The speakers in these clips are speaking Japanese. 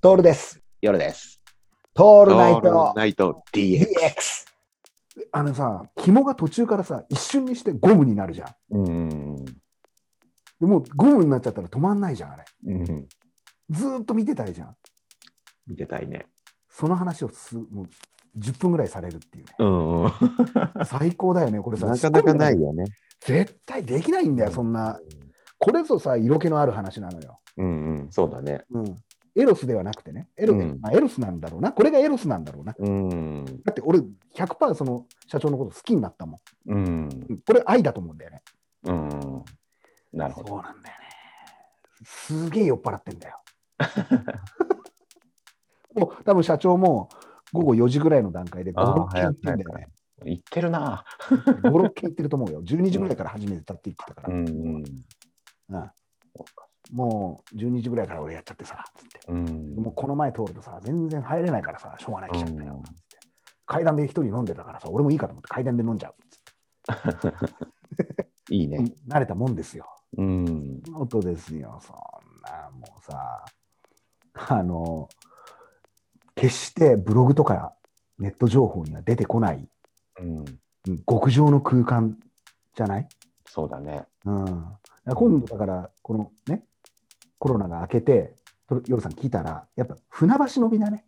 トールです。夜です。トオールナイトナイト DX。DX。あのさ、紐が途中からさ、一瞬にしてゴムになるじゃん。うん。でもうゴムになっちゃったら止まんないじゃん、あれ。うん。ずーっと見てたいじゃん。見てたいね。その話をすもう10分ぐらいされるっていうね。うん。な最高だよね、これさ。か なかなすいごよね。ね。絶対できないんだよ、そんな。これぞさ、色気のある話なのよ。うんうん。そうだね。うん。エロスではなくてね。エロ,、うんまあ、エロスなんだろうな。これがエロスなんだろうな。うん。だって俺100%その社長のこと好きになったもん。うん。うんこれ愛だと思うんだよね。うん。なるほど。そうなんだよね。すげえ酔っ払ってんだ よ。もう多分社長も午後4時ぐらいの段階で5、あー6件行ってんだよね。言ってるな。 5、6件行ってると思うよ。12時ぐらいから初めてたって言ってたから、うん。もう12時ぐらいから俺やっちゃってさ、つって。うん。もうこの前通るとさ、全然入れないからさ、しょうがない来ちゃったよ。つって階段で一人飲んでたからさ、俺もいいかと思って階段で飲んじゃう。つっていいね。慣れたもんですよ。うん。音ですよ、そんな、もうさ、あの、決してブログとかネット情報には出てこない、うん。うん極上の空間じゃないそうだね。うん。だから今度だから、このね、コロナが明けて、と夜さん聞いたら、やっぱ船橋飲みだね。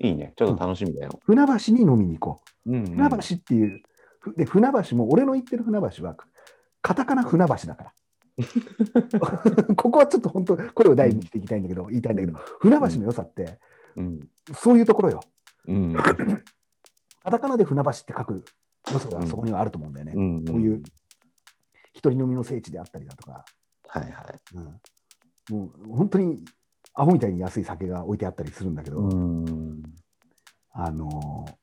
いいね。ちょっと楽しみだよ。船橋に飲みに行こうんう。船橋っていう、ふで、船橋も、俺の言ってる船橋は、カタカナ船橋だ から。ここはちょっと本当、これを第二にしていきたいんだけど、言いたいんだけど、船橋の良さって、うん。そういうところよ。うん。カタカナで船橋って書く良さうがんそこにはあると思うんだよね。 んこういう。一人飲みの聖地であったりだとか、はいはい。うんもう本当にアホみたいに安い酒が置いてあったりするんだけど、ん。あのー